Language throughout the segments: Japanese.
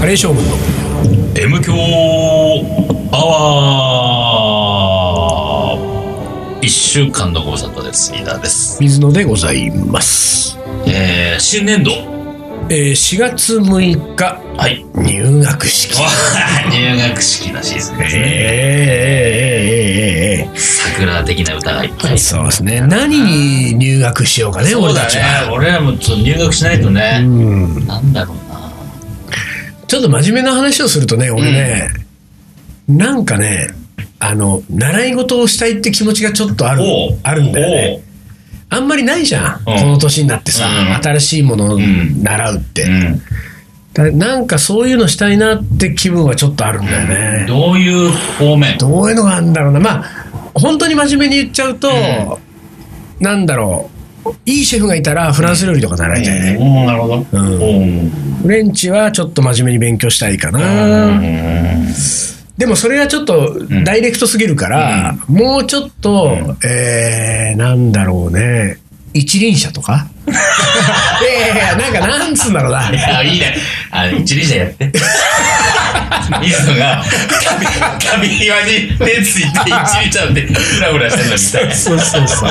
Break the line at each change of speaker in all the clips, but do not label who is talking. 大将軍の
M 強アワー一週間のご無沙汰です。飯田です。
水野でございます、
えー、新年度。
えー、4月6日
はい。
入学式
入学式らしいです
えー、
ね。
えー、えー、えー、えー、え
桜的な歌がいっぱ
ー
い。
そうですね何に入学しようかね
そう
俺
だ
たちは
ね。俺らもちょっと入学しないと
う
ね。
ん
なんだろうな。
ちょっと真面目な話をするとね俺ね、なんかねあの習い事をしたいって気持ちがちょっとある
おう
あるんだよねあんまりないじゃん、この年になってさ、
うん
新しいものを習うって、だなんかそういうのしたいなって気分はちょっとあるんだよ
おう
ね、
どういう方面
どういうのがあるんだろうなまあ本当に真面目に言っちゃうと、なんだろういいシェフがいたらフランス料理とか習いたいね、
おうなるほど。
うん
おう
フレンチはちょっと真面目に勉強したいかな、でもそれはちょっとダイレクトすぎるから、もうちょっと、えー、なんだろうね一輪車と かいやいやいやなんかなんつうんだろうない
や、いいね。あの、一輪車やって。水野が、カビ、カビ際に手ついて一輪車でフラフラしてるの見たい。
そうそうそう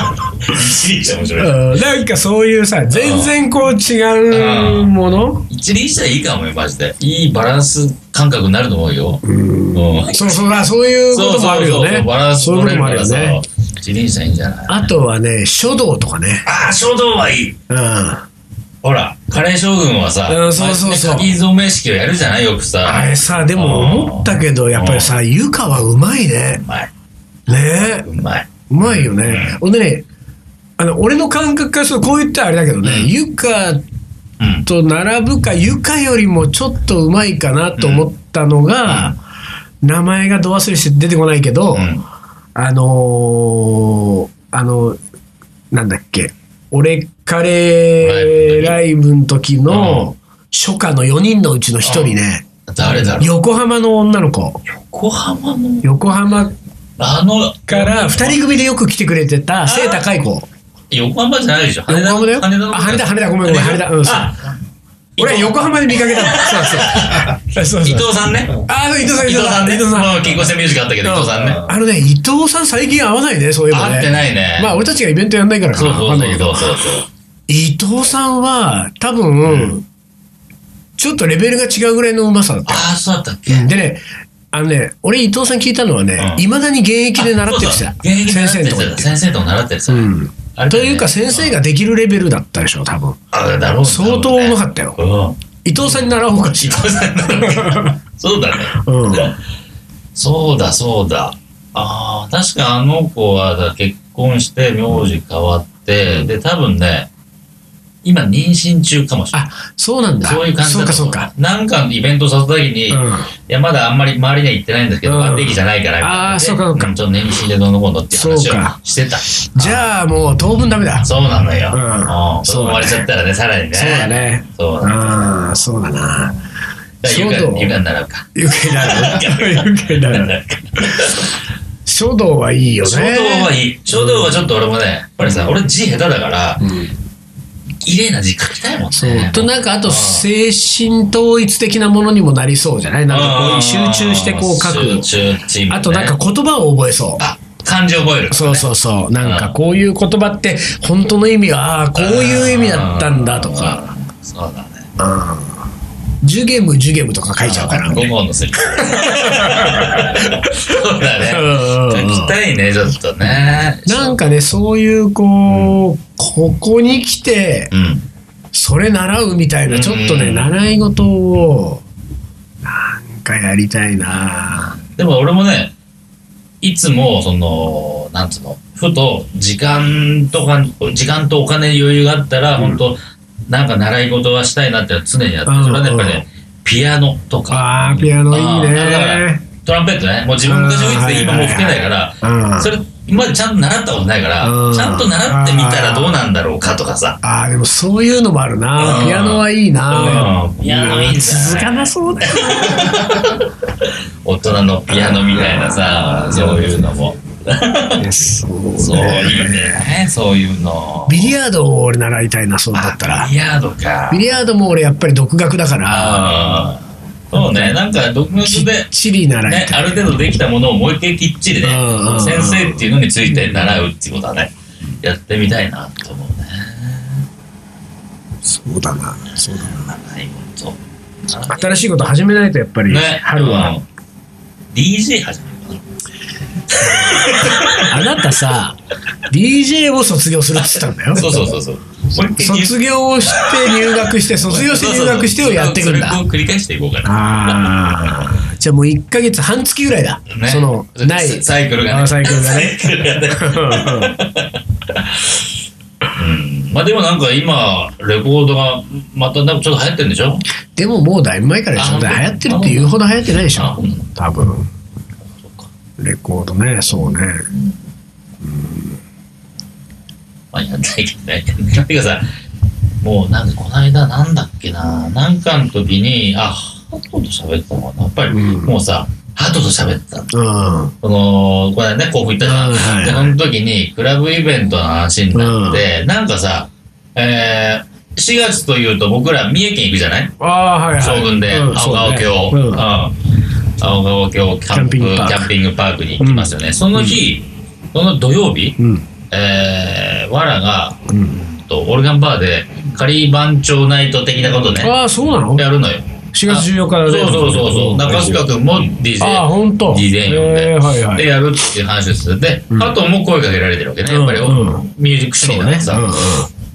一輪車面白い。
うんなんかそういうさ全然こう違うもの
一輪車いいかもよ、マジで。いいバランス感覚になると思うよ。うん。
そうそうだそういうこ
そう
ともあ
そう
るよ
そう
ね
バランス
そういう
取
こと
れる
もあ
か
るよ
らさ
ね。
一輪車いいんじゃない
あとはね書道とかね
ああ、書道はいい。
うん
ほら、カレー将軍はさ、
うんそうそうそう
書き初め式をやるじゃないよくさ。
あれさでも思ったけどやっぱりさゆかはうまいね
うまい。
ね
うまい。
うまいよねほんでねあの俺の感覚からするとこう言ったらあれだけどね
うん
ゆか
うん。
と並ぶかゆかよりもちょっとうまいかなと思ったのが名前がど忘れして出てこないけど、
うん
あのーあの、なんだっけ、俺カレーラ
ラ
イブの時の初夏の4人のうちの1人ね、
誰だろう
横浜の女の子、
横浜の
横浜
あの
から2人組でよく来てくれてた背高い子、
横浜じゃないでしょ
横浜だよ。あ、
羽田の
羽田、羽田、ごめんごめん、羽田。うん、そう
あ
俺は横浜で見かけたの。そうそう。そう
伊
そう
藤さんね
あ、そう伊藤さん、
伊藤さんね
伊藤さん。
まあ金庫戦ミュージックあったけど伊藤さんね
あのね、伊藤さん最近会わないね、そういえばね。
会ってないね
まあ、俺たちがイベントやんないからか
そ
な。
う
わ
そ
か
うん
ない
そ
け
う
ど。
そうそうそう
伊藤さんは多分、ちょっとレベルが違うぐらいのうまさだったよ
ああそうだったっけ
でねあのね俺伊藤さん聞いたのはね
うん
いま、未だに現役で習ってるって言ってた
現役で
先
習
生
って
のとこ行って
た先生とも習ってるさ
うん
あれだ
と
よね
いうか先生ができるレベルだったでしょ多分
あだろう
相当うまかったよ
たよ
伊藤さんに習おうかし
伊
ら
藤さんだろうね そうだね
うん
そうだそうだああ確かあの子はだ結婚して名字変わってで多分ね今妊娠中かもしれない
あそうなんだ
そういう感じ
そ
だ
う
と
か
思
そうか
なんかのイベントを誘った時に、
うん
いや、まだあんまり周りには行ってないんですけど、
うん
定期じゃないから、みたいな
あ
ね
ーそうかそうか
んちょっと年金でどうのこうのっていう話
そ
を
うか
してた。
じゃあもう当分ダメだ
そうなのよ。
うん
うん。そう思われちゃったらね、さらにね。
そうだ。ね
そうだ。
ああそうだな
だから
そう
ゆ
だ
か、ゆかに習 うか。
余計だな 余計だな書道はいいよね
書道はいい。書道はちょっと俺もね、やっぱりさ、俺字下手だから、綺麗な字書きたいもんね。
そうとなんかあと精神統一的なものにもなりそうじゃないなんかこう集中してこう書
集
く
中チームね
あとなんか、言葉を覚えそう
あ、漢字覚える。
そうそうそうなんかこういう言葉って本当の意味はああこういう意味だったんだとか
うん。そうだね。
「ジュゲムジュゲム」とか書いちゃうから
5本のスリッパそうだね
うんうんうん
書きたいねちょっとね
なんかねそういうこうここに来て
うん
それ習うみたいなちょっとね
うん
習い事をなんかやりたいな
でも俺もねいつもそのなんつうのふと時間とか時間とお金に余裕があったら、本当なんか習い事はしたいなって常にやってる、
うん
それはねやっぱりねピアノとか
あーピアノいい
あーだから
ね
トランペットねもう自分が小学生で今もう吹けないから、
うん
それ今までちゃんと習ったことないから、
うん
ちゃんと習ってみたらどうなんだろうかとかさ、
ああ、でもそういうのもあるな。
うん
ピアノはいいな。
うんピアノいいんだよね
続かなそうだよ。
大人のピアノみたいなさ、そういうのも。
そう
そう、
ね。
いいね。そういうの。
ビリヤードを俺習いたいな、そうだった
あ
ら
ビ。リヤードか
ビ。リヤードも俺やっぱり独学だから、
あそうね、なんか独学で、
チリならい
ね
い、か
ある程度できたものをもう一回きっちりね
うんうんう、ん
先生っていうのについて習うっていうことはね、やってみたいなと思うね。
そうだなそうだな
はい、本
新しいこと始めないとやっぱ
当。
り、
ね、
春は、
うん。DJ 始めるかな。
あなたさ DJ を卒業するって言ったんだよ
そうそうそうそう。もう一回 入
卒業をして入学して卒業して入学してをやっていくんだ
そうそうそうそれを繰り返していこうかな。
ああじゃあもう1か月半月ぐらいだ、
ね
そのない
ササイクルが
あ
ね。
ーサイクルがね
サイクルがね。 うんまあでもなんか今、レコードがまたなんかちょっと流行ってるんでしょ
でももうだいぶ前からでしょ
あ
だから流行ってるって言うほど流行ってないでし
あ
ょ
うん
多分
そっか
レコードねそうね
まあやんないけどね。 てかさ、もうなんかこの間なんだっけな、なんかの時に、あ、ハトと喋ったのかな。やっぱり
うん
もうさ、ハトと喋ってたの。
うんうん
その、この間ね、甲府行ったじゃん。
うんはい
で、その時に、クラブイベントの話になって、なんかさ、えー、4月というと僕ら三重県行くじゃない
ああはいはい
将軍で、
うん
青川
そう
郷、
ね
うん青川郷キャンプ
キャンピングパーク
キャンピングパークに行きますよね。その日、その土曜日、
うん
えー、わらが、
うん
とオルガンバーで仮番長ナイト的なことね
ああそうなの
やるのよ
4月14日
そう
だね
そうそうそう中塚君も DJ
ああ本当。
事前読んで
えーはいは
で
い
やるっていう話ですで、
うん
あともう声かけられてるわけねやっぱり、
うんうん
ミュージックシーンだからさ、
うんうん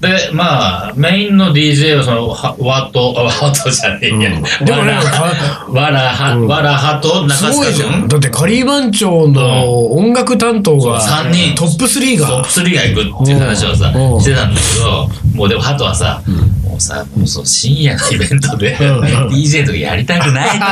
でまあメインの DJ はそのはワトあワトじゃねえ
う
や、
んでもね
わらはわらは、
うん
わらはと
す
中
ご
塚
いじゃん
君
だってカリー番長の音楽担当が
そう三人
トップ3
トッ
が
プ3が行くっていう話をさ
うん
してたんだけどもうでもハトはさ、もうさもうそう深夜のイベントで、
うんうん
DJ とかやりたくないとかさ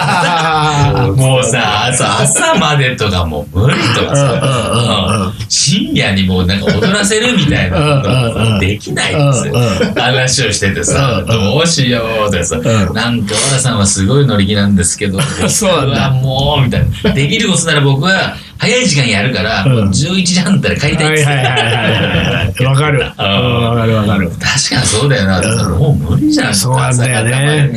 あ
もうさ朝朝までとかもう無理とか
うんうんうん
さうん深夜にもうなんか踊らせるみたいなこと
うんうんうん
ができないんですよ
うん
話をしててさ
うん
どうしようってさ
ん
なんか原さんはすごい乗り気なんですけど
そうなんだ
僕はもうみたいなできることなら僕は早い時間やるから
うん
もう11時半だったら帰り
ー
たい
は
っ
い
す
はいはいはいわかるわかるわかる
確かにそうだよな、
うん
もう無理じゃん
そうなんだよね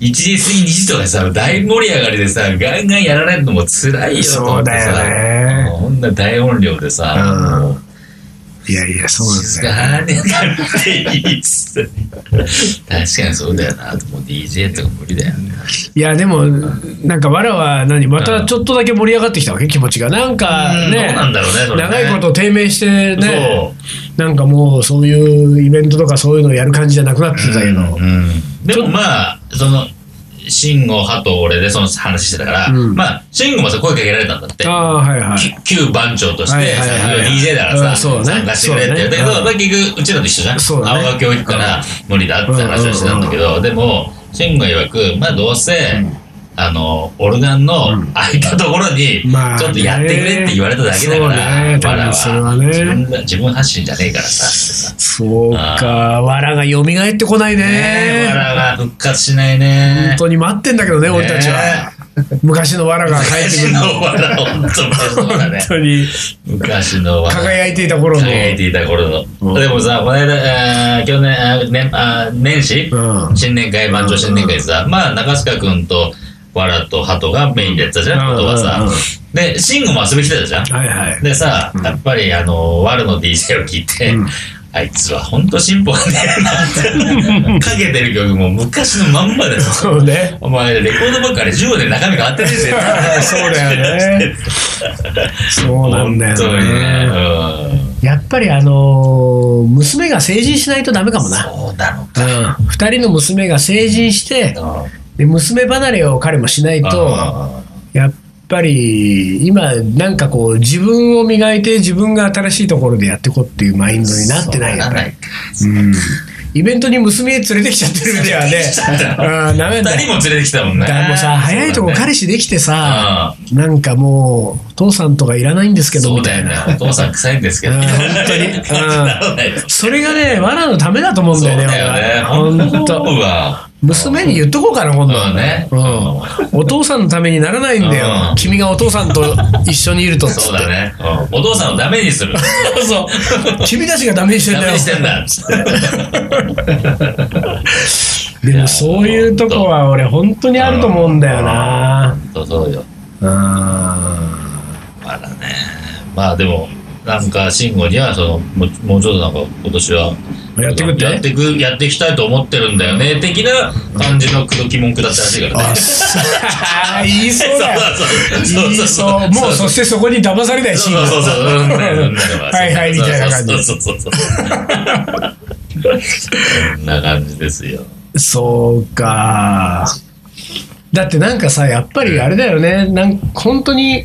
1時過ぎ2時とかさ大盛り上がりでさガンガンやらないともう辛いよと思ってさ
そうだよね
こんな大音量でさ、
うん
もう
いやいやそうなん
静
だよ
かになっていいっつって確かにそうだよなともう DJ とか無理だよね
いやでもなんかわらは何またちょっとだけ盛り上がってきたわけ気持ちがなんか
うんどう
ね
なんだろうねそれね
長いこと低迷してね
そ
なんかもうそういうイベントとかそういうのやる感じじゃなくなってたけど
うんでもまあその慎吾ハと俺でその話してたから、
うん
まあ慎吾もさ声かけられたんだって
ああはい はい
き旧番長とし
はい
て、
はいはいはい
DJ だからさ、
うんそうね
参加してくれって言う
そうねうん
だけど、結局、うちらと一緒じゃん。
そうだね
青学教育から無理だって話をしてたんだけど、でも、慎吾曰く、まあどうせ、あの、オルガンの空いたところに、
まあね
ちょっとやってくれって言われただけだから、
そうね
わら
多分それはね
自分が自分発信じゃねえからさ、ってさ。
そうかわらが蘇ってこない
ねえ、わ
ね
らが復活しない
本
ね。
当に待ってんだけどね俺たちは昔のわらが帰ってく
昔
るの
のわら、本当にそうだね
本。当に
昔のわら。
輝いていた頃の
輝いていた頃の、
うん
でもさこの間、えー去年あ年あ年始、
うん
新年会番長新年会でさ、まあ中須賀君とわらとハトがメインでやってたじゃん、
うん
ことはさ、
うんうん
で慎吾も遊びに来てたじゃん、
はいはい
でさ、やっぱりあのワルの DJ を聞いて、
うん
あいつは本当進歩がねえな ってかけてる曲も昔のまんまで
そうね
お前レコードばっかり15年中身変わってるんですよ
そうだよねそうなんだ
本当
よ
にね
ね
うん
やっぱりあのー娘が成人しないとダメかもな。
そうだろう
うん、2人の娘が成人して
な
で娘離れを彼もしないと
あ
やっぱり今なんかこう自分を磨いて自分が新しいところでやっていこうっていうマインドになってないやっぱり、うん、イベントに娘連れてきちゃってるんだよ
連れてきちゃった
ねうんダメ
二
だ
人も連れてきたもんね。
だからもうさ早いとこ彼氏できてさ、なんかもう父さんとかいらないんですけど
そう
みた
だ
い
よね
な。
お父さん臭いんですけ
う
ど。
ん 本当にうん
ならない です
それがね、わらのためだと思うん
そう
だよね、
だよね。
俺は
本
本
当
当。
は。
娘に言っとこうかな、今度はね。。
そううん
お父さんのためにならないんだ
う
よ
ん。
君がお父さんと一緒にいるとっつ
そう
って。
だね。うんお父さんをダメ にする。そう。
君たちがダメにしてん
ダ
だ
メ
よ
に。してんだ。つって
でもそういうとこは俺本当にあると思うんだよな
そうそうよ。
うん
まだね。まあでも、なんか、慎吾には、その、もうもうちょっとなんか、今年は、
やってくっ
やっててく、やっていきたいと思ってるんだよね、的な感じの口説き文句だったらしいから
あ
ね。
そう言いそうだよ
そう
言
そ
いうそう
そう。
もうそしてそこに騙されない
そ
し
うそうそうそう。うんうんうんうん
はいはいみたいな感じ
そうそうそうそう。そんな感じですよ。
そうかだってなんかさやっぱりあれだよねなん本当に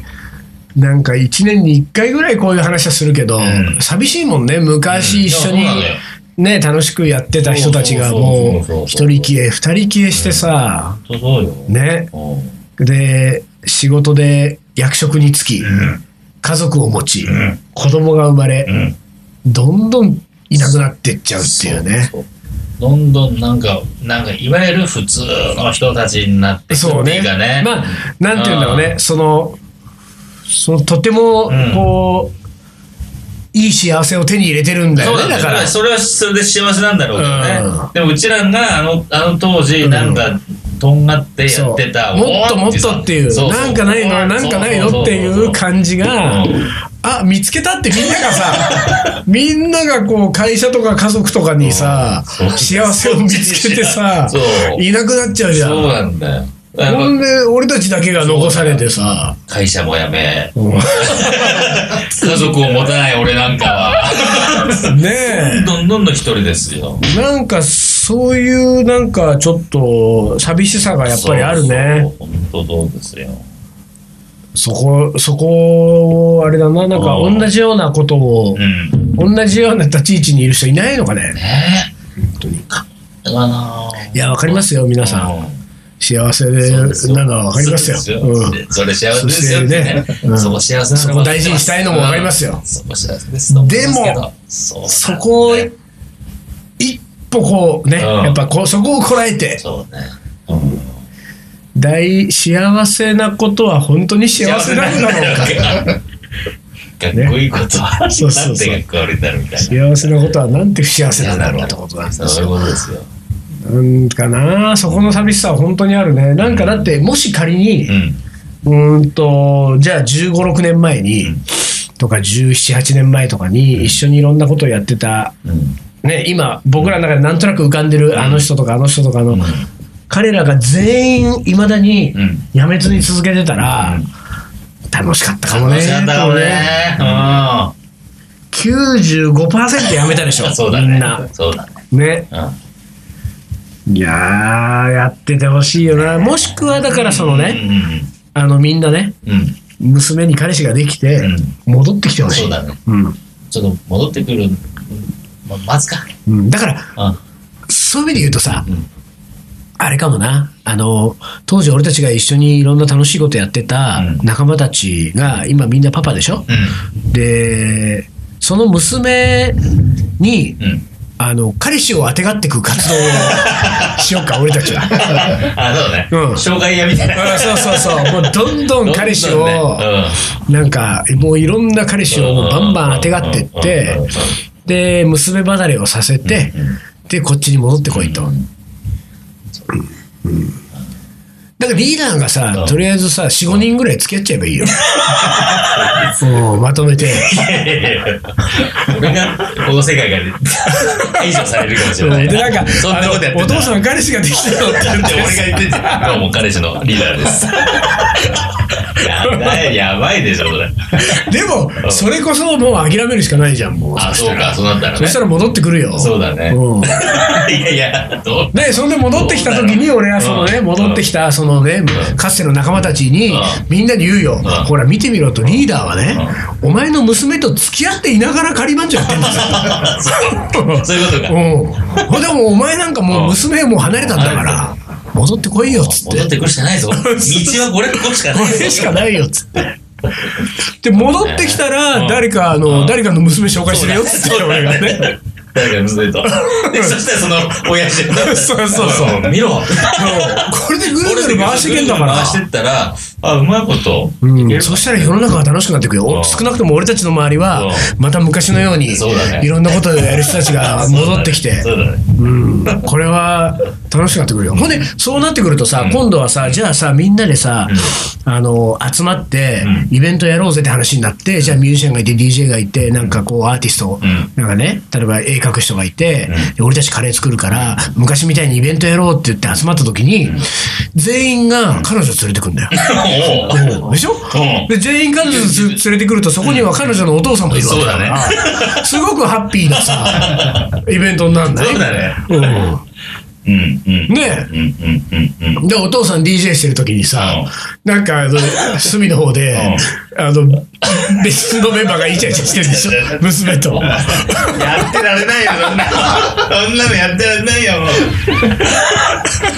なんか1年に1回ぐらいこういう話はするけど、
ん
寂しいもんね昔一緒
うんい
に
やそうなのよ
ね楽しくやってた人たちがもう
そうそうそうそう
一人消え二人消えしてさ、
そうそうよ。
ね
うん。
で仕事で役職に就き、家族を持ち、
ん
子供が生まれ、
うん。
どんどんいなくなってっちゃうっていうね
そうそうどんどんなんか、なんか、いわゆる普通の人たちになってく
そう
ってい
ね
うかね。
まあなんて言うんだろうね
う
そのそのとても
ん
こう、いい幸せを手に入れてるんだ
そ
よ
う
ね
だ
だから
ね。それはそれで幸せなんだろうけど
う
ね。でもうちらがあのあの当時なんかとんがってやってた。
そうもっと
お
も
ー
っとっていう
そうそう
なんかないのなんかないのっていう感じが、
うん
あ見つけたってみんなが さみんながこう会社とか家族とかにさ、
うん
幸せを見つけてさ
そう
いなくなっちゃうじゃ。
そうんなんだよ。
ほんで俺たちだけが残されてさ。
会社も辞め、
うん
家族を持たない俺なんか は。
ねえ。
どんどんどん一人ですよ。
なんかそういうなんかちょっと寂しさがやっぱりあるね。
そうそう。本当そうですよ。
そこ、そこをあれだな、なんか
うん
同じようなことを
う、ん。
同じような立ち位置にいる人いないのかね。
ね
本当に
え。だない
や、わかりますよ、皆さん。幸せで
そうですよ
なのはわかりますよ。
そう
う
ですよそれ幸せですよ
そしてね
ね
うん。
そこ幸せなの
そこ大事にしたいのもわかりますよ
うんそこ幸せですと思いますけど。そうなん
ん
だ
そこを一歩こうね、
うん
やっぱこうそこをこらえて、
そうね。うん
大幸せなことは本当に幸せなのだろ うか。
か。かっこいいことは、なん
そうそうそう
てかっこ悪いんだろうみたいな。
幸せなことはなんて不幸せなんだろうってことなんですよ
そういうことですよ。
なんかなそこの寂しさは本当にあるねなんかだってもし仮に
うん。
うーんとじゃあ1 5 6年前にとか1 7 8年前とかに一緒にいろんなことをやってた、
うん。
ね、今僕らの中でなんとなく浮かんでるあの人とかあの人とかの彼らが全員いまだに
うん
やめずに続けてたら楽しかったかもね
楽しかったかもね。う
95%やめたでしょ
ん。そうだ
みん
ね
な。
そうだね。
ね
うん。
いやー、やっててほしいよな。もしくは、だからそのね、あの、みんなね、
うん。うん。うん。
娘に彼氏ができて、戻ってきてほしい。
そうだね。
うん
ちょっと戻ってくる。うんま待つか。
うん。だから、
うん。
そういう意味で言うとさ
うん、
あれかもな。あの、当時俺たちが一緒にいろんな楽しいことやってた
うん
仲間たちが、今みんなパパでしょ
う
で、その娘に、
ん。 うん。
あの、彼氏をあてがってく活動をしようか、俺たちは。
あ、そうね。
うん
障害屋みたいな。
うんそうそうそう。もうどんどん彼氏を、
どんどんね
なんか、もういろんな彼氏をもうバンバンあてがってって
うんうんうんうん、
で、娘離れをさせて、で、こっちに戻ってこいと。だからリーダーが
う
さ
ん、
とりあえずさ、4、5人ぐらい付き合っちゃえばいいよ。うんまとめて。
いやいやいや俺がこの世界から 排除されるかもし
で、
れない。
なんか、
そんなことや
あ
って
のお
た
父さん彼氏ができたよって言
だ
っ
って
て
俺が言ってんじゃん。どうも彼氏のリーダーです。やばい、やばいでしょ、それ。
でも、それこそもう諦めるしかないじゃん、もう。
あ、
そし
そ
た
う
ら
か、そうなったら
そ
ね。
したら戻ってくるよ。
そうだね。
うん
いやいや、どう
で、そんで戻ってきた時に、俺はそのね、
うん
戻ってきた、そのね、かつての仲間たちに
う、
みんなに言うよ。
ん
ほら、見てみろと、リーダーはね、お前の娘と付き合っていながら仮番長やってんだよ
そういうことか。
うん。ほんでも、お前なんかもう
うん
娘もう離れたんだから、戻ってこいよ、つって
戻っ。てくるしかないぞ。道はこれここしか
こ
ないぞ。
れしかないよ、つって。で、戻ってきたら、誰か、あの、誰かの娘紹介するよ、つって、俺がね。
誰か娘と。で、そしたらその、親父が。
そうそうそうん
見ろ。
そうこれでぐるぐる回してけんだから。
回してったら、あ、うまいこといけるかな、
うん、そしたら世の中が楽しくなっていくよ、
うん
少なくとも俺たちの周りは
う
また昔のように
そうだね
いろんなことをやる人たちが戻ってきて
そうだね。
うん、これは楽しくなってくるよ。ほんで、そうなってくるとさ、
うん
今度はさ、じゃあさ、みんなでさ、あの、集まって、イベントやろうぜって話になって、じゃあミュージシャンがいて、DJ がいて、なんかこう、アーティスト、
うん
なんかね、例えば絵描く人がいて、で俺たちカレー作るから、昔みたいにイベントやろうって言って集まった時に、全員が彼女連れてくんだよ。
そうだね。
でしょ、
うん
で全員彼女つ連れてくるとそこには彼女のお父さんもいるわけだから、
そう
すごくハッピーなさイベントになるんだ
そうだね。うん、うん。
ね
うん、うん、うん、
でお父さん DJ してる時にさ、なんかあの隅の方で、あの別のメンバーがイチャイチャしてるで しょ娘と。
うん。やってられないよ、そんな。そんなのやってられないよ、もう。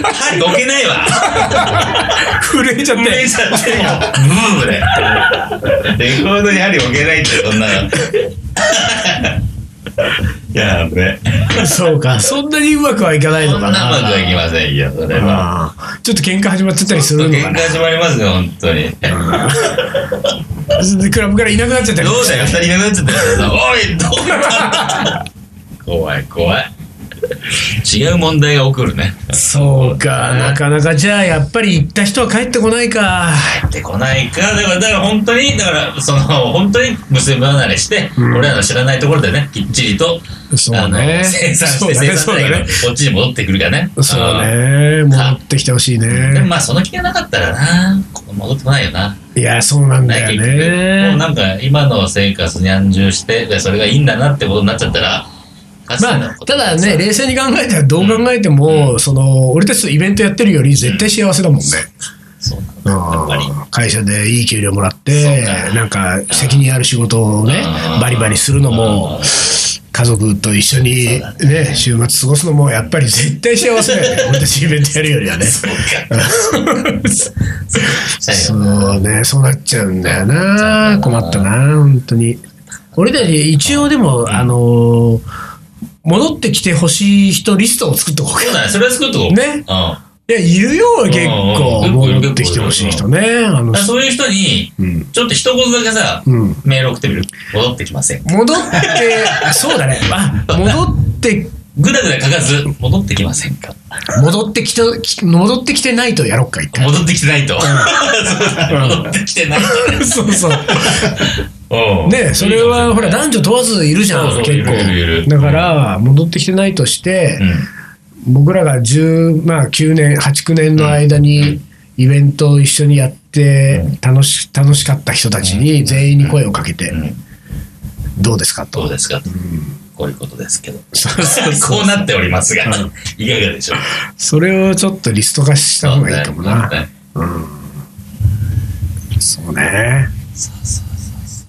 はい、どけないわ。
震えちゃっ
震え
て
ちゃってもう、ブーブーで。レコードに針置けないって、そんな の。やべ。
そうかそんなにうまくはいかない
そ
の
ん
か
な
な
まくはいきませんよ、それは。
あーちょっと喧嘩始まっちゃったりす
ちょ
る
っと
のか
喧嘩
な
始まりますよ、本当に。
でクラブからいなくなっちゃったり
どう
して
だよ、二人いなくなっちゃったからさ、おい、どうだ怖い、怖い。違う問題が起こるね。
そうか、なかなかじゃあやっぱり行った人は帰ってこないか。
帰ってこないか、だから、だから本当に、だから、その、本当に娘離れして、
うん
俺らの知らないところでね、きっちりと、
そうね
あの生産
そう
して、
だね
生産したいけど、
そうだね
こっちに戻ってくるからね。
そうね、戻ってきてほしい
うん。でも
ね。
まあ、その気がなかったらな、ここ戻ってこないよな。
いや、そうなんだよ
もう
ね。
なんか今の生活に安住してでそれがいいんだなってことになっちゃったらかつて
ま
の
あ、
こと
ただ
になっちゃう
ね、冷静に考えたらどう考えても、その、俺たちとイベントやってるより絶対幸せだもんね。
そうなん
う
だやっぱり
ん会社でいい給料もらっ
そう
て
か、
なんか責任ある仕事をね
うん、
バリバリするのも
うん、
家族と一緒に
そうだ
ね、週末過ごすのも、やっぱり絶対幸せ だよね。俺たちイベントやるよりはね。
そ
そう
か
うね、そうなっちゃうんだよな、困ったな、本当に。俺たち、一応でも、あのー戻ってきてほしい人リストを作っとこうか。
そうだねそれは作っとこう
ね
う
いや、いるよ、結構。
うんうん
戻ってきてほしい人ね。あの
ん、そういう人に
うん
ちょっと一言だけさ、
うん
メール送ってみる戻ってきません
戻って、そう だね。あ、戻って、
ぐだぐだ書かず戻ってきませんか
戻ってきて、戻ってきてないとやろっか、 一回。
戻ってきてないと、そうだね戻ってきてないとね
そうそう。
うん
ねそれは、ほら、男女問わずいるじゃん、
そうそうい
結
るいるい
構。
る
だから、戻ってきてないとして、
う
僕らが10、まあ、9年、8、9年の間に、イベントを一緒にやって、楽し、楽しかった人たちに、全員に声をかけて
ん、うん
どうですかと。
どうですかと、こういうことですけど
そうそうそう
こうなっておりますが、
うん
いかがでしょうか
それをちょっとリスト化した方がいいかもな。そうね。
そうそうそう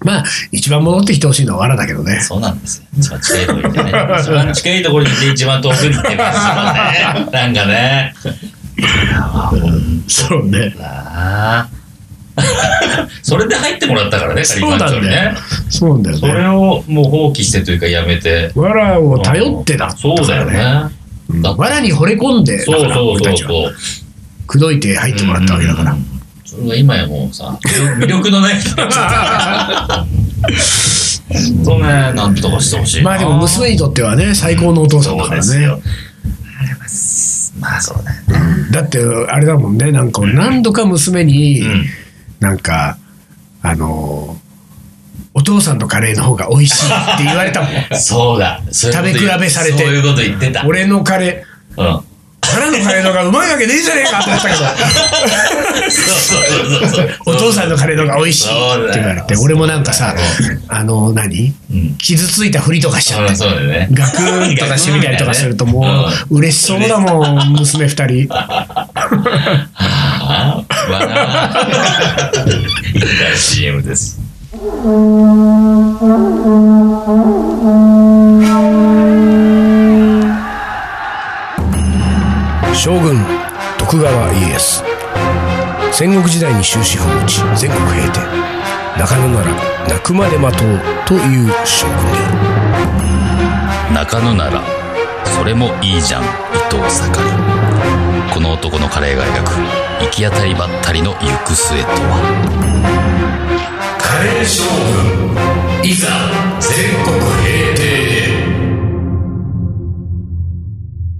まあ、一番戻ってきてほしいのは藁だけどね。
そうなんですよ。一番近いところにいてね。一番近いところにいて一番遠くに行ってますよね。なんかね。
そうね。
なあ。 それで入ってもらったからね、
そうなんだよ
カリー番長にね。
そうなんだ
そ
よ
れ
ね。
をもう放棄してというかやめて。
藁を頼ってだった
そうだよね。
うん
だって
藁に惚れ込んで、だ
そ
か
う
ら
そう
俺
そ
た
う
ちは。
そう。
口説いて入ってもらったわけだから。
それが今やもうさ、魅 力のない人たちだほんとね、なんとかしてほしいな。
まあでも娘にとってはね、最高のお父さんだから
そうです
ね
よ。まあそうだよね。
だって、あれだもんね、なんか俺何度か娘に、なんか、あのー、お父さんのカレーの方が美味しいって言われたも ん。
そうだ。そういうこと言う
食べ比べされて
そういうこと言ってた。
俺のカレー、
うん。
原のカレーの方がうまいわけねえじゃねえかと思ったけど。
そうそうそうそう。
お父さんのカレーの方が美味し
そう
い
だよ
って言われて、俺もなんかさ、あの、何
うん。
傷ついたふりとかしちゃって
うん、、そうだよね。
ガクーンとかしてみたりとかすると、もう、嬉しそうだもん、娘二人。
ああ、わな。いい大 CM です。
将軍、徳川家康。戦国時代に終止符を打ち、全国平定。中野なら、泣くまで待とう、という将軍である。
中野なら、それもいいじゃん、伊藤盛り。
この男のカレーが描く行き当たりばったりの行く末とは
カレー将軍いざ全国平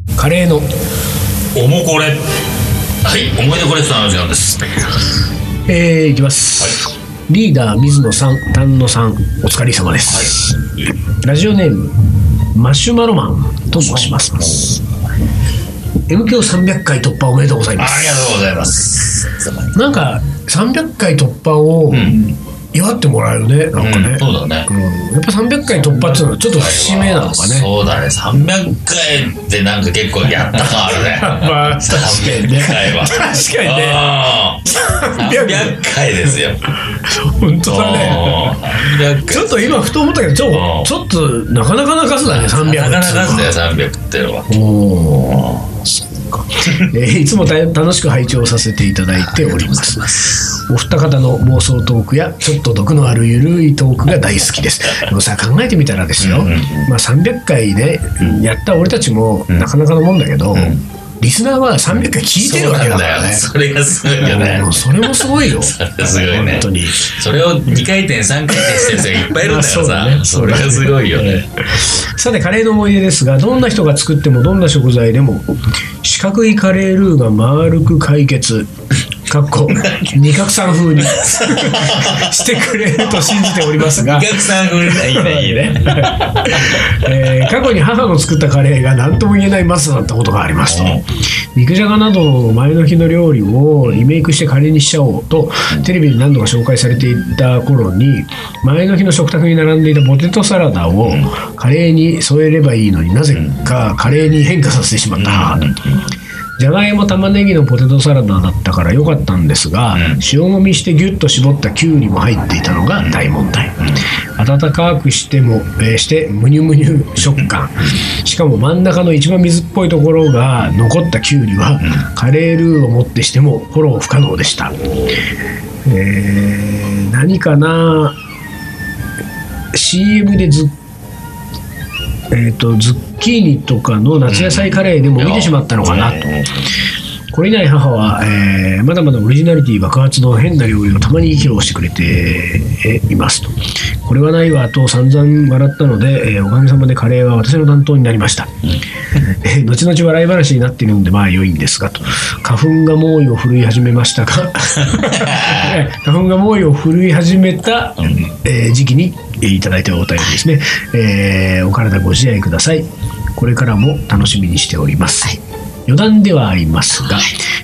定
カレーの、
でおもこれはい思い出コレクターの時間です
えー、いきます、リーダー水野さん丹野さんお疲れ様です、ラジオネームマシュマロマンと申します M 響300回突破おめでとうございます
ありがとうございます
なんか300回突破を
うん、
祝ってもらうよね、なんか
う
ね
ん、、そうだね
うんやっぱ300回突破っていうのはちょっと節目なのかね
そうだね300回ってなんか結構やった感あるね
まあ確かにね
300回は
確かにね
ね300回ですよ
本当だね
300回
ちょっと今ふと思ったけどち
う
ょ
ん
ちょっとなかなかな数だね300
なかなかだよ300ってのは
おーそう かえーいつも大楽しく拝聴させていただいておりますお二方の妄想トークやちょっと毒のあるゆるいトークが大好き ですでもさ考えてみたらですよ、まあ、300回ね、やった俺たちもなかなかのもんだけど、リスナーは300回聞いてるわけだからね
そうなんだよそれがすごいよね
もうそれもすごいよ
それすごいね
本当に
それを2回転3回転してる人がいっぱいいるんだよ
まあ
さ、
そ
そう
だね
れがすごいよね
さてカレーの思い出ですがどんな人が作ってもどんな食材でも四角いカレールーが丸く解決か っこ二角三風に してくれると信じておりますが
お、客さんが売れないいねいいね
えー過去に母の作ったカレーが何とも言えないマスだったことがありますと肉じゃがなどの前の日の料理をリメイクしてカレーにしちゃおうとテレビで何度か紹介されていた頃に前の日の食卓に並んでいたポテトサラダをカレーに添えればいいのになぜかカレーに変化させてしまった母じゃがいも玉ねぎのポテトサラダだったから良かったんですが、塩もみしてギュッと絞ったきゅうりも入っていたのが大問題、温かくしても、えーしてむにゅむにゅ食感しかも真ん中の一番水っぽいところが残ったきゅうりは、カレールーをもってしてもフォロー不可能でした、えー何かな CM でずっえー、とズッキーニとかの夏野菜カレーでも見てしまったのかなと、これ以来母は、えーまだまだオリジナリティ爆発の変な料理をたまに披露してくれていますとこれはないわと散々笑ったので、えーおかげさまでカレーは私の担当になりました、えー後々笑い話になっているのでまあ良いんですがと花粉が猛威を振るい始めましたがえー花粉が猛威を振るい始めた、えー時期にえーいただいたお便りですね、えーお体ご自愛くださいこれからも楽しみにしております、余談ではありますが、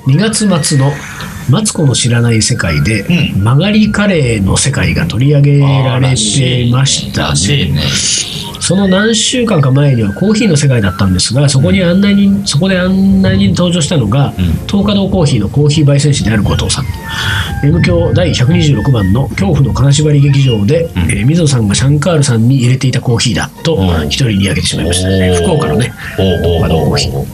2月末の「マツコの知らない世界」で、曲がりカレーの世界が取り上げられてました
ら
ね
しいね
その何週間か前にはコーヒーの世界だったんですがそこに案内人、そこで案内人に登場したのが、東華堂コーヒーのコーヒー焙煎師である後藤さん M 響第126番の「恐怖の金縛り劇場で」えー水野さんがシャンカールさんに入れていたコーヒーだと
うん
一人にやけてしまいましたね福岡のね
おお
岡のコーヒ
おお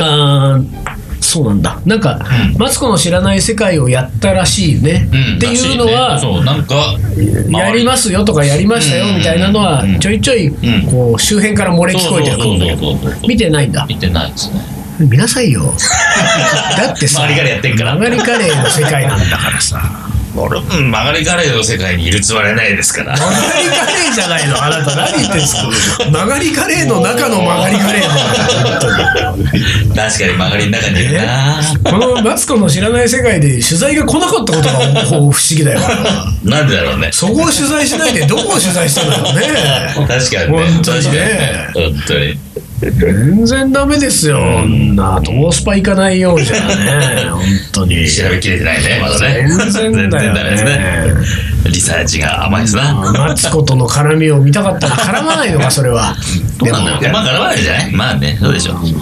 あーそうなんだなんか、マツコの知らない世界をやったらしいね、っていうのは
らしいねそうなんか
やりますよとかやりましたよみたいなのはちょいちょい
ん
こう周辺から漏れ聞こえてくるんだけ
そう
ど
そうそうそう
見てないんだ
見てないですね
見なさい よだってさ
周りからやってんから
曲がりカレーの世界なんだからさ
俺、うん、曲がりカレーの世界にいるつもりはないですから
曲がりカレーじゃないのあなた何言ってんすか曲がりカレーの中の 曲がりカレーなんだから本当に
確かに曲がりの中にいるな
このマツコの知らない世界で取材が来なかったことがこう不思議だよ
なんでだろうね
そこを取材しないでどこを取材したんだろうね
確かにね
本
確
当
か
に
に
ね
ね本当に
全然ダメですよ、こんなトースパ行かないようじゃね本当に
調べきれてないねまだね
全然だよね
全然ですねリサーチが甘いですな
マツコとの絡みを見たかったら絡まないのか それは
どうなんだろうまあ絡まないじゃないまあねそうでしょう、うん、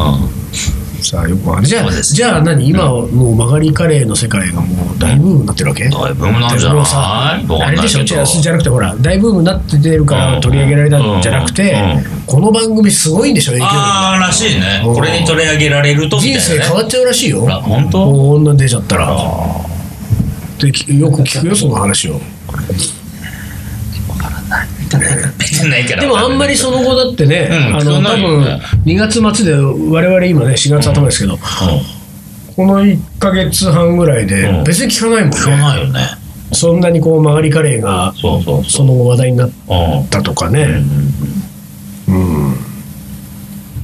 さあよくあるじゃ
そ
あ
うです
じゃあ何今はもう曲がりカレーの世界がもう大ブームになってるわけ
大ブームなんじゃない
もうさ
わか
あ
ん
れ
ない
でしょ
け
じ
ど
ゃじゃなくてほら大ブームになっててるから取り上げられたんじゃなくて
うん
この番組すごいんでしょ影響
ああらしいねこれに取り上げられるとみたい
力
な、
人
ね、
生変わっちゃうらしいよ
あ本当
もう女出ちゃったらできよく聞くよその話を
見てないから
でもあんまりその後だってね、
うん
あ
そ
の
う
多
なるよ
分
ね
2月末で我々今ね4月頭ですけど、この1か月半ぐらいで
うん
別に聞かないもんね、
聞かないよね。
そんなにこう曲がりカレーが
そうそうそ
その後話題になっ
う。うん。
たとかね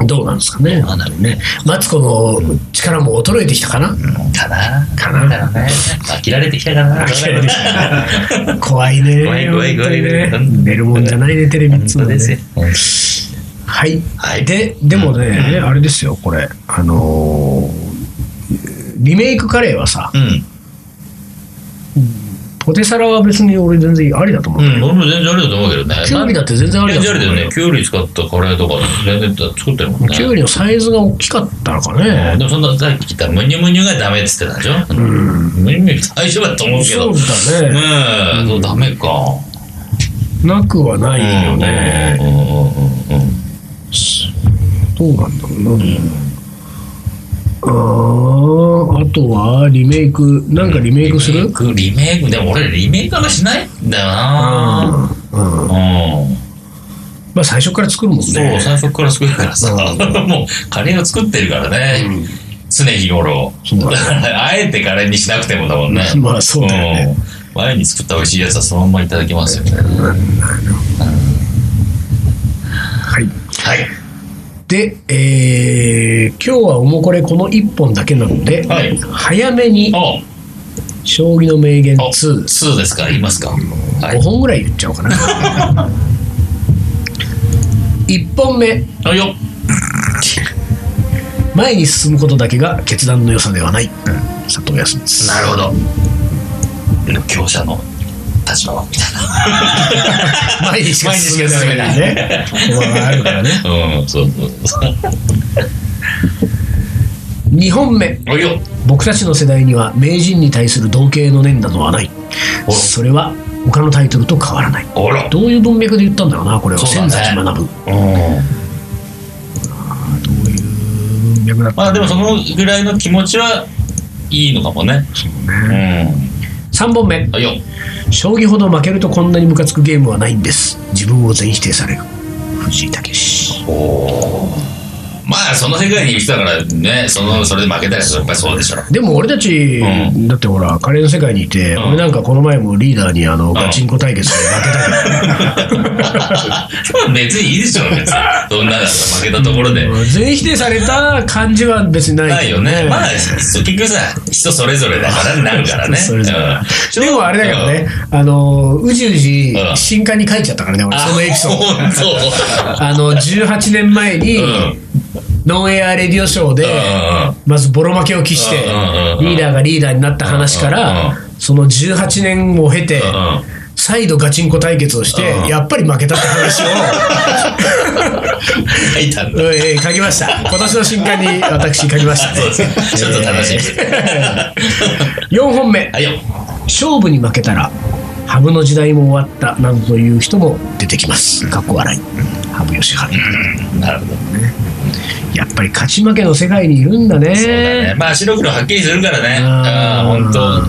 うん、どうなんですかね
どうなんだろう
ねマツコの力も衰えてきたか な、
かな
か
な
なん
だろうね。飽きられてきたかな。
飽きられてき怖いね
怖い怖い怖い
本当
う
にね
ん
出るもんじゃないねテレビっ
本
つう
当
のは
で
ね
すよ。
はい、
はい
ででもね、あれですよこれあのーリメイクカレーはさ
うん。
ポテサラは別に俺全然ありだと思う、
うん、俺も全然ありだと思うけどね。
キュウリだって全然ありだ
全
と
然あ
思う
りだよね。キュウリ使ったカレーとか全然作ってるもんね。
きゅうりのサイズが大きかったのか
で
ね、
もそんなさっき言ったムニュムニュがダメって言ってたでしょ、
ん
ムニュムニュ大丈夫だと思うけ
そうだ
ど
ね、
ねえそうダメか
なくはないよね、
うんうんうんうん
どうなんだろうな、あーあとはリメイクなんかリメイクする、
リメイクリメイクでも俺リメイクはしないんだよな
うん
うん、
まあ最初から作るもんね
そう最初から作るからさ、もうカレーを作ってるからね、常日頃
そうだね
から あえてカレーにしなくてもだもんね
まあそうだよね
うん前に作った美味しいやつはそのまんまいただきますよね、
はい
はい
で、えー今日はおもこれこの1本だけなので、
はい
早めに
あ
「将棋の名言
あ、
2」
ツーですか、言いますか。はい
5。本ぐらい言っちゃおうかな 1本目
あ、よ。
前に進むことだけが決断の良さではない、佐藤康光
なるほど。強者の立場 はみた
前にしか進め ないねここがあるから ね
いな。うん、そうそうそう。
2本目
あ、よ。
僕たちの世代には名人に対する同型の念などはない
お
それは他のタイトルと変わらない
あら。
どういう文脈で言ったんだろうなこれは、
そうだ
千
ね
崎学ぶ
うん。
文脈だった
まあ、でも、そのぐらいの気持ちは。いいのかもね。う
3本目
ん。あ、よ。
将棋ほど負けるとこんなにムカつくゲームはないんです自分を全否定される藤井武
おお。まあ、その世界にいる人だから、ね、その、それで負けたりする、やっぱりそうで しょ
でも俺たち、
う
だってほらカレーの世界にいて、
うん
俺なんかこの前もリーダーにあの、
ん
ガチンコ対決で負けたけど
別にいいでしょ別に。そんな、負けたところで。
全否定された感じは別にな
ないい
け
よ
ど
ね。まあ、結局さ、人それぞれだからなるからね。
それぞれ
うん
でもあれだけどね、あのうじうじ
うん
新刊に書いちゃったからね、俺、そのエピソード。
あそう
あの18年前 に、
うん
ノンエアレディオショーで、
うんうん
まずボロ負けを喫して、
うんうんうん
リーダーがリーダーになった話から、
うん
その18年を経て、
うん
再度ガチンコ対決をして、
うん
やっぱり負けたって話 を、
書いたんだ。
うんえー書きました今年の新刊に私書きました、
そうです。ちょっと楽し み。
4本目、
はいよ。
勝負に負けたら羽生の時代も終わったなどという人も出てきますかっこ笑い羽生善治
なるほど。
やっぱり勝ち負けの世界にいるんだね
そうだね。まあ、白黒はっきりするからね。ああ、本当。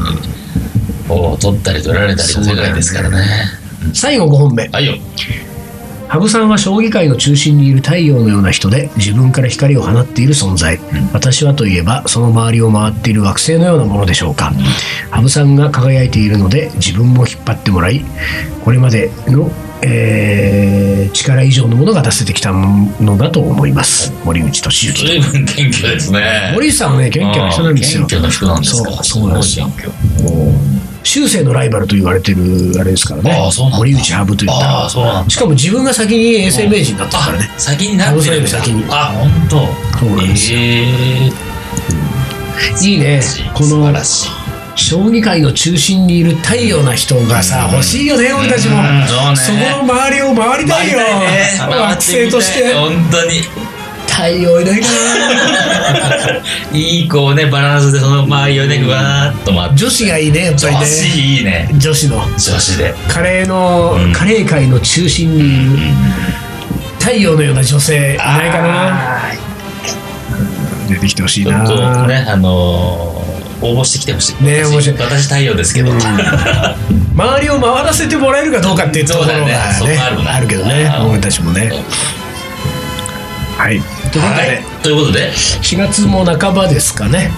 こう取ったり取られたりの世界ですからね。
最後5本目
はいよ。
羽生さんは将棋界の中心にいる太陽のような人で自分から光を放っている存在、私はといえばその周りを回っている惑星のようなものでしょうか、羽生さんが輝いているので自分も引っ張ってもらいこれまでの、えー力以上のものが出せてきたのだと思います森内俊之
随分謙虚ですね。
森内さんはね謙虚な人なんです
う
よ
謙虚な人なんですか。
そうそうなんですよ
ごい謙虚
修正のライバルと言われてるあれですからね
ああそうなんだ
森内羽生といった
ああ
ら
そうなんだ
しかも自分が先に永世名人になったからね、
先になってるんだ
先に
あ本当
そうなんですよ
え
いいね
ー
こ
素晴
の
らしい
将棋界の中心にいる太陽な人がさ、欲しいよね俺たちも、
うんそうね
そこの周りを回りたいよ惑星として
本当に
太陽いない か
いい子をねバランスでその周りをねぐわーっと回っ
な
て
女子がいいねやっぱり
女
ね
子いいね
女子の
女子で
カレーの、
うん
カレー界の中心にいる太陽のような女性いないかな出てきてほしい
ちょっとねあのー応募してきてほしい
ね
私
面白い
私太陽ですけど、
うん周りを回らせてもらえるかどうかっていうところが、ね
そうだよねそこあるな
あるけどね
あー
俺たちもねはいということで、
はいということで
4月も半ばですかね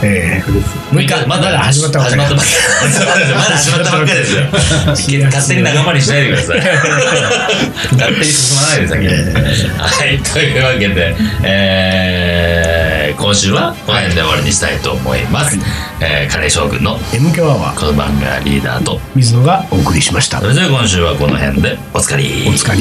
ええ
6日まだ
始まったばっかり
始まったばっかりですよ まだ始まったばっかりです よ勝手に仲間にしないでくださ い勝手に進まないで先にはいというわけで、えー今週はこの辺で終わりにしたいと思います、えーカレー将軍の
M 強アワー
この番組はリーダーと
水野がお送りしました
それでは今週はこの辺でおつかり
お疲れ。